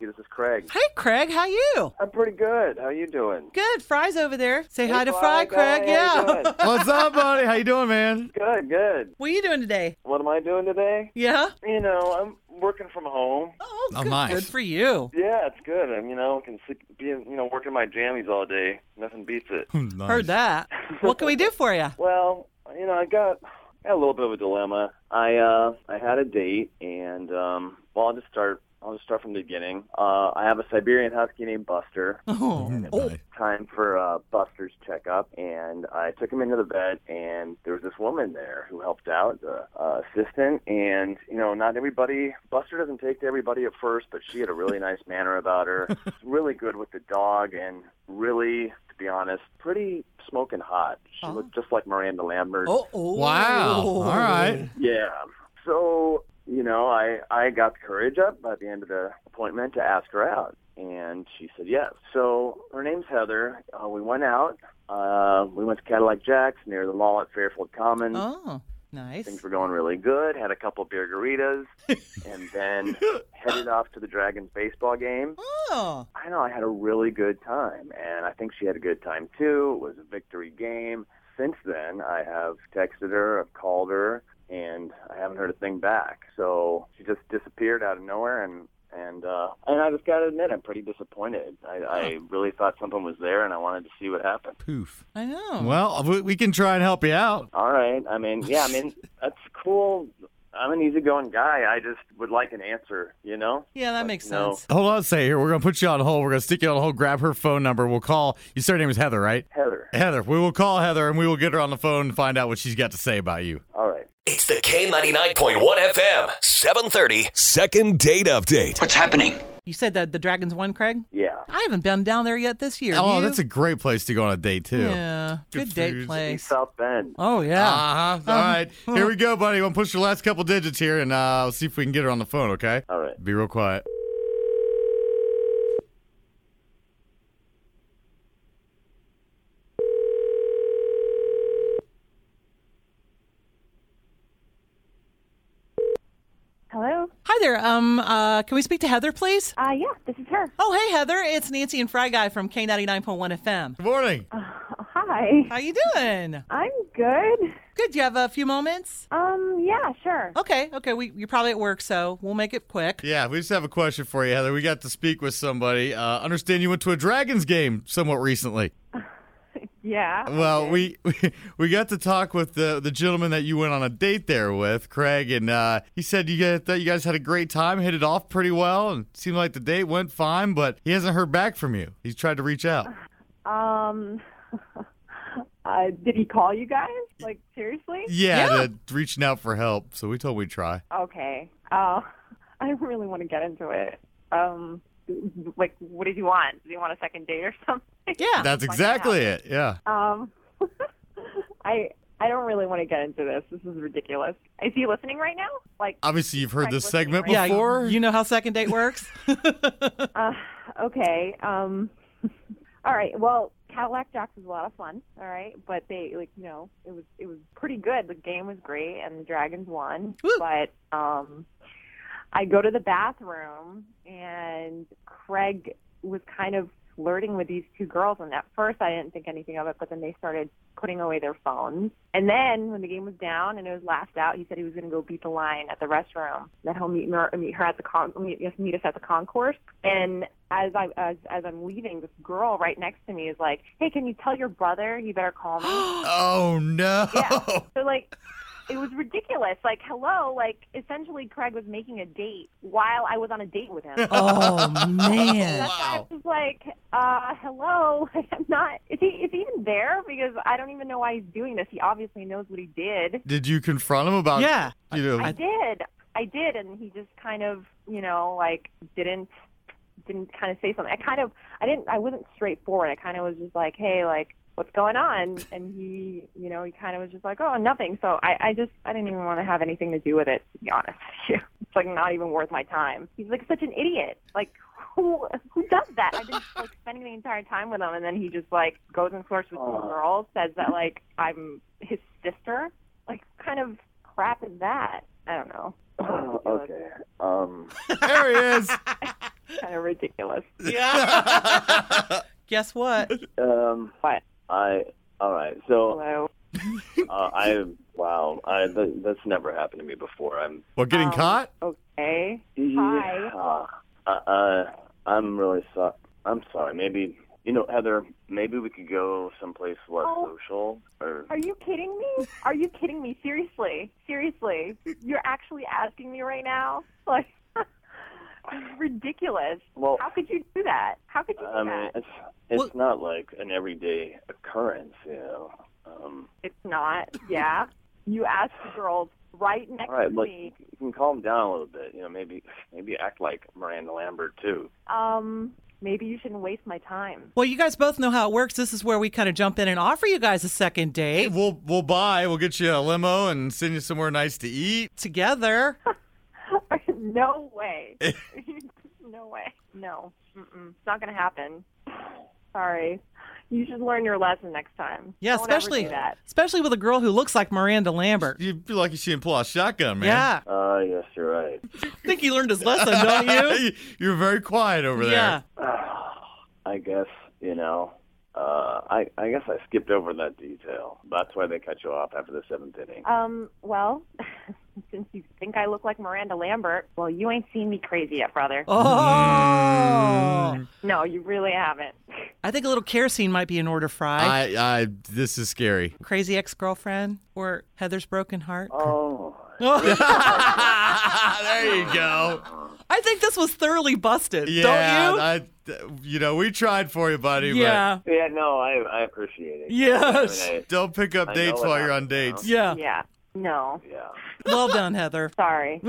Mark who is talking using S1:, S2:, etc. S1: This is Craig.
S2: Hey, Craig, how you?
S1: I'm pretty good. How you doing?
S2: Good. Fry's over there. Say hi to
S1: Fry,
S2: Fry, Craig.
S1: guy, how you
S2: Yeah.
S1: doing?
S3: What's up, buddy? How you doing, man?
S1: Good, good.
S2: what are you doing today?
S1: What am I doing today?
S2: Yeah.
S1: You know, I'm working from home.
S2: Oh,
S3: Oh,
S2: good,
S3: nice.
S2: good for you.
S1: Yeah, it's good. I'm, you know, can sleep, be, in- you know, working my jammies all day. Nothing beats it.
S2: Heard that. What can we do for you?
S1: Well, you know, I got, got a little bit of a dilemma. I uh, I had a date, and um, well, I'll just start. I'll just start from the beginning. Uh, I have a Siberian Husky named Buster.
S2: Oh,
S1: time for uh, Buster's checkup, and I took him into the vet, and there was this woman there who helped out, the uh, assistant, and you know, not everybody. Buster doesn't take to everybody at first, but she had a really nice manner about her, really good with the dog, and really, to be honest, pretty smoking hot. She looked just like Miranda Lambert.
S2: oh, oh.
S3: Wow. All right.
S1: Yeah. So, you know, I, I got the courage up by the end of the appointment to ask her out. And she said yes. So her name's Heather. Uh, we went out. Uh, we went to Cadillac Jack's near the mall at Fairfield Commons.
S2: Oh, nice.
S1: Things were going really good. Had a couple beer burgeritas, and then headed off to the Dragons baseball game.
S2: Oh,
S1: I know I had a really good time, and I think she had a good time too. It was a victory game. Since then, I have texted her, I've called her, and I haven't heard a thing back. So she just disappeared out of nowhere, and and uh, and I just gotta admit, I'm pretty disappointed. I, I really thought something was there, and I wanted to see what happened.
S3: Poof.
S2: I know.
S3: Well, we, we can try and help you out.
S1: All right, I mean, yeah, I mean, that's cool. I'm an easygoing guy. I just would like an answer, you know.
S2: yeah, that makes
S1: no.
S2: sense.
S3: Hold on a second here. We're going to put you on hold. We're going to stick you on hold, grab her phone number. We'll call. You said her name is Heather, right?
S1: Heather.
S3: Heather. We will call Heather and we will get her on the phone and find out what she's got to say about you.
S1: All right.
S4: It's the K99.1 FM, 730.
S5: Second date update.
S6: What's happening?
S2: You said that the Dragons won, Craig?
S1: Yeah.
S2: I haven't been down there yet this year.
S3: Oh,
S2: You?
S3: that's a great place to go on a date, too.
S2: Yeah. Good,
S3: Good
S2: date
S3: food.
S2: place.
S1: South Bend.
S2: Oh, yeah.
S3: Uh-huh. All right. Here we go, buddy. We'll push your last couple digits here and uh, we'll see if we can get her on the phone, okay?
S1: All right.
S3: Be real quiet.
S7: Hello.
S2: Hi there. Um, uh, can we speak to Heather, please?
S7: Uh, yeah, this is her.
S2: Oh, hey, Heather. It's Nancy and Fry Guy from K99.1 FM.
S3: Good morning.
S7: Uh, Hi.
S2: How you doing?
S7: I'm good.
S2: Good. Do you have a few moments?
S7: Um, yeah, sure.
S2: Okay. Okay. We, you're probably at work, so we'll make it quick.
S3: Yeah, we just have a question for you, Heather. We got to speak with somebody. Uh, understand you went to a Dragons game somewhat recently.
S7: Yeah.
S3: Well, we, we got to talk with the the gentleman that you went on a date there with, Craig, and uh, he said you guys that you guys had a great time, hit it off pretty well, and seemed like the date went fine. But he hasn't heard back from you. He's tried to reach out.
S7: Um, uh, did he call you guys? Like, seriously?
S3: Yeah,
S2: Yeah.
S3: the- reaching out for help. So we told we'd try.
S7: Okay. Oh, I don't really want to get into it. Um, like, what did you want? Did you want a second date or something?
S2: Yeah.
S3: That's exactly it. Yeah.
S7: Um, I I don't really want to get into this. This is ridiculous. Is he listening right now? Like,
S3: Obviously, you've heard
S7: Craig
S3: this
S7: listening
S3: segment
S7: right now.
S2: yeah. you-
S3: before.
S2: You know how second date works?
S7: Uh, okay. Um, all right. Well, Cadillac Jacks was a lot of fun. All right, but they like you know it was it was pretty good. The game was great, and the Dragons won.
S2: Woo.
S7: But um, I go to the bathroom, and Craig was kind of flirting with these two girls and at first I didn't think anything of it but then they started putting away their phones and then when the game was down and it was last out he said he was going to go beat the line at the restroom that he'll meet, mer- meet her at the con- meet, yes, meet us at the concourse and as I as, as I'm leaving this girl right next to me is like hey can you tell your brother you better call me
S3: oh no.
S7: Yeah. So like it was ridiculous. Like hello, like essentially Craig was making a date while I was on a date with him.
S2: oh, man.
S7: That's why I was like, uh, hello, I'm not is he is he even there? Because I don't even know why he's doing this. He obviously knows what he did.
S3: Did you confront him about?
S2: Yeah.
S3: You know,
S7: I, did. I did and he just kind of, you know, like didn't didn't kind of say something. I kind of I didn't I wasn't straightforward. I kind of was just like, "Hey, like what's going on? And he, you know, he kind of was just like, oh, nothing. So I, I just, I didn't even want to have anything to do with it, to be honest with you. It's like not even worth my time. He's like such an idiot. Like, who, who does that? I've been like spending the entire time with him, and then he just like goes and flirts with some girl, says that like I'm his sister. Like, what kind of crap is that? I don't know.
S1: Oh, okay. Um,
S3: There he is.
S7: Kind of ridiculous.
S2: Guess what?
S1: um,
S7: But
S1: I. All right. So
S7: hello.
S1: uh, I. Wow. I. Th- that's never happened to me before. I'm.
S3: Well, getting
S7: Um,
S3: caught?
S7: Okay.
S1: Yeah. Uh, uh, I'm really sorry. I'm sorry. Maybe you know, Heather. Maybe we could go someplace less
S7: Oh.
S1: social. Or
S7: Are you kidding me? Are you kidding me? Seriously, seriously, you're actually asking me right now? Like, it's ridiculous.
S1: well,
S7: How could you do that? How could you do
S1: I mean,
S7: that?
S1: it's it's
S2: Well-
S1: not like an everyday occurrence, you know. Um,
S7: It's not. Yeah, you asked the girls right next
S1: all right,
S7: to
S1: look,
S7: me.
S1: you can calm down a little bit. You know, maybe maybe act like Miranda Lambert too.
S7: Um, maybe you shouldn't waste my time.
S2: Well, you guys both know how it works. This is where we kind of jump in and offer you guys a second date
S3: We'll we'll buy. We'll get you a limo and send you somewhere nice to eat.
S2: together.
S7: no way. no way. No. Mm-mm. It's not gonna happen. Sorry. You should learn your lesson next time.
S2: Yeah,
S7: Don't ever
S2: especially
S7: do that.
S2: especially with a girl who looks like Miranda Lambert.
S3: You'd be lucky she didn't pull out a shotgun, man.
S2: Yeah,
S1: Ah, yes, you're right.
S2: I think he learned his lesson, don't you?
S3: You- You're very quiet over there.
S2: Yeah.
S1: I guess you know. Uh, I I guess I skipped over that detail. That's why they cut you off after the seventh inning.
S7: Um, well, since you think I look like Miranda Lambert, well, you ain't seen me crazy yet, brother.
S3: Mm.
S2: Oh,
S7: No, you really haven't.
S2: I think a little kerosene might be in order, Fry.
S3: I, I, this is scary.
S2: Crazy ex-girlfriend or Heather's broken heart.
S1: Oh,
S3: there you go.
S2: I think this was thoroughly busted,
S3: Yeah,
S2: don't you?
S3: I, you know, we tried for you, buddy,
S2: yeah.
S1: yeah. No, I I appreciate it.
S2: Yes.
S1: I mean,
S3: but don't pick up
S1: I know
S3: dates
S1: what
S3: while you're on
S1: happened, you know?
S2: Oh.
S3: dates.
S2: Yeah.
S7: Yeah. No.
S1: I, yeah.
S2: Well done, Heather.
S7: Sorry.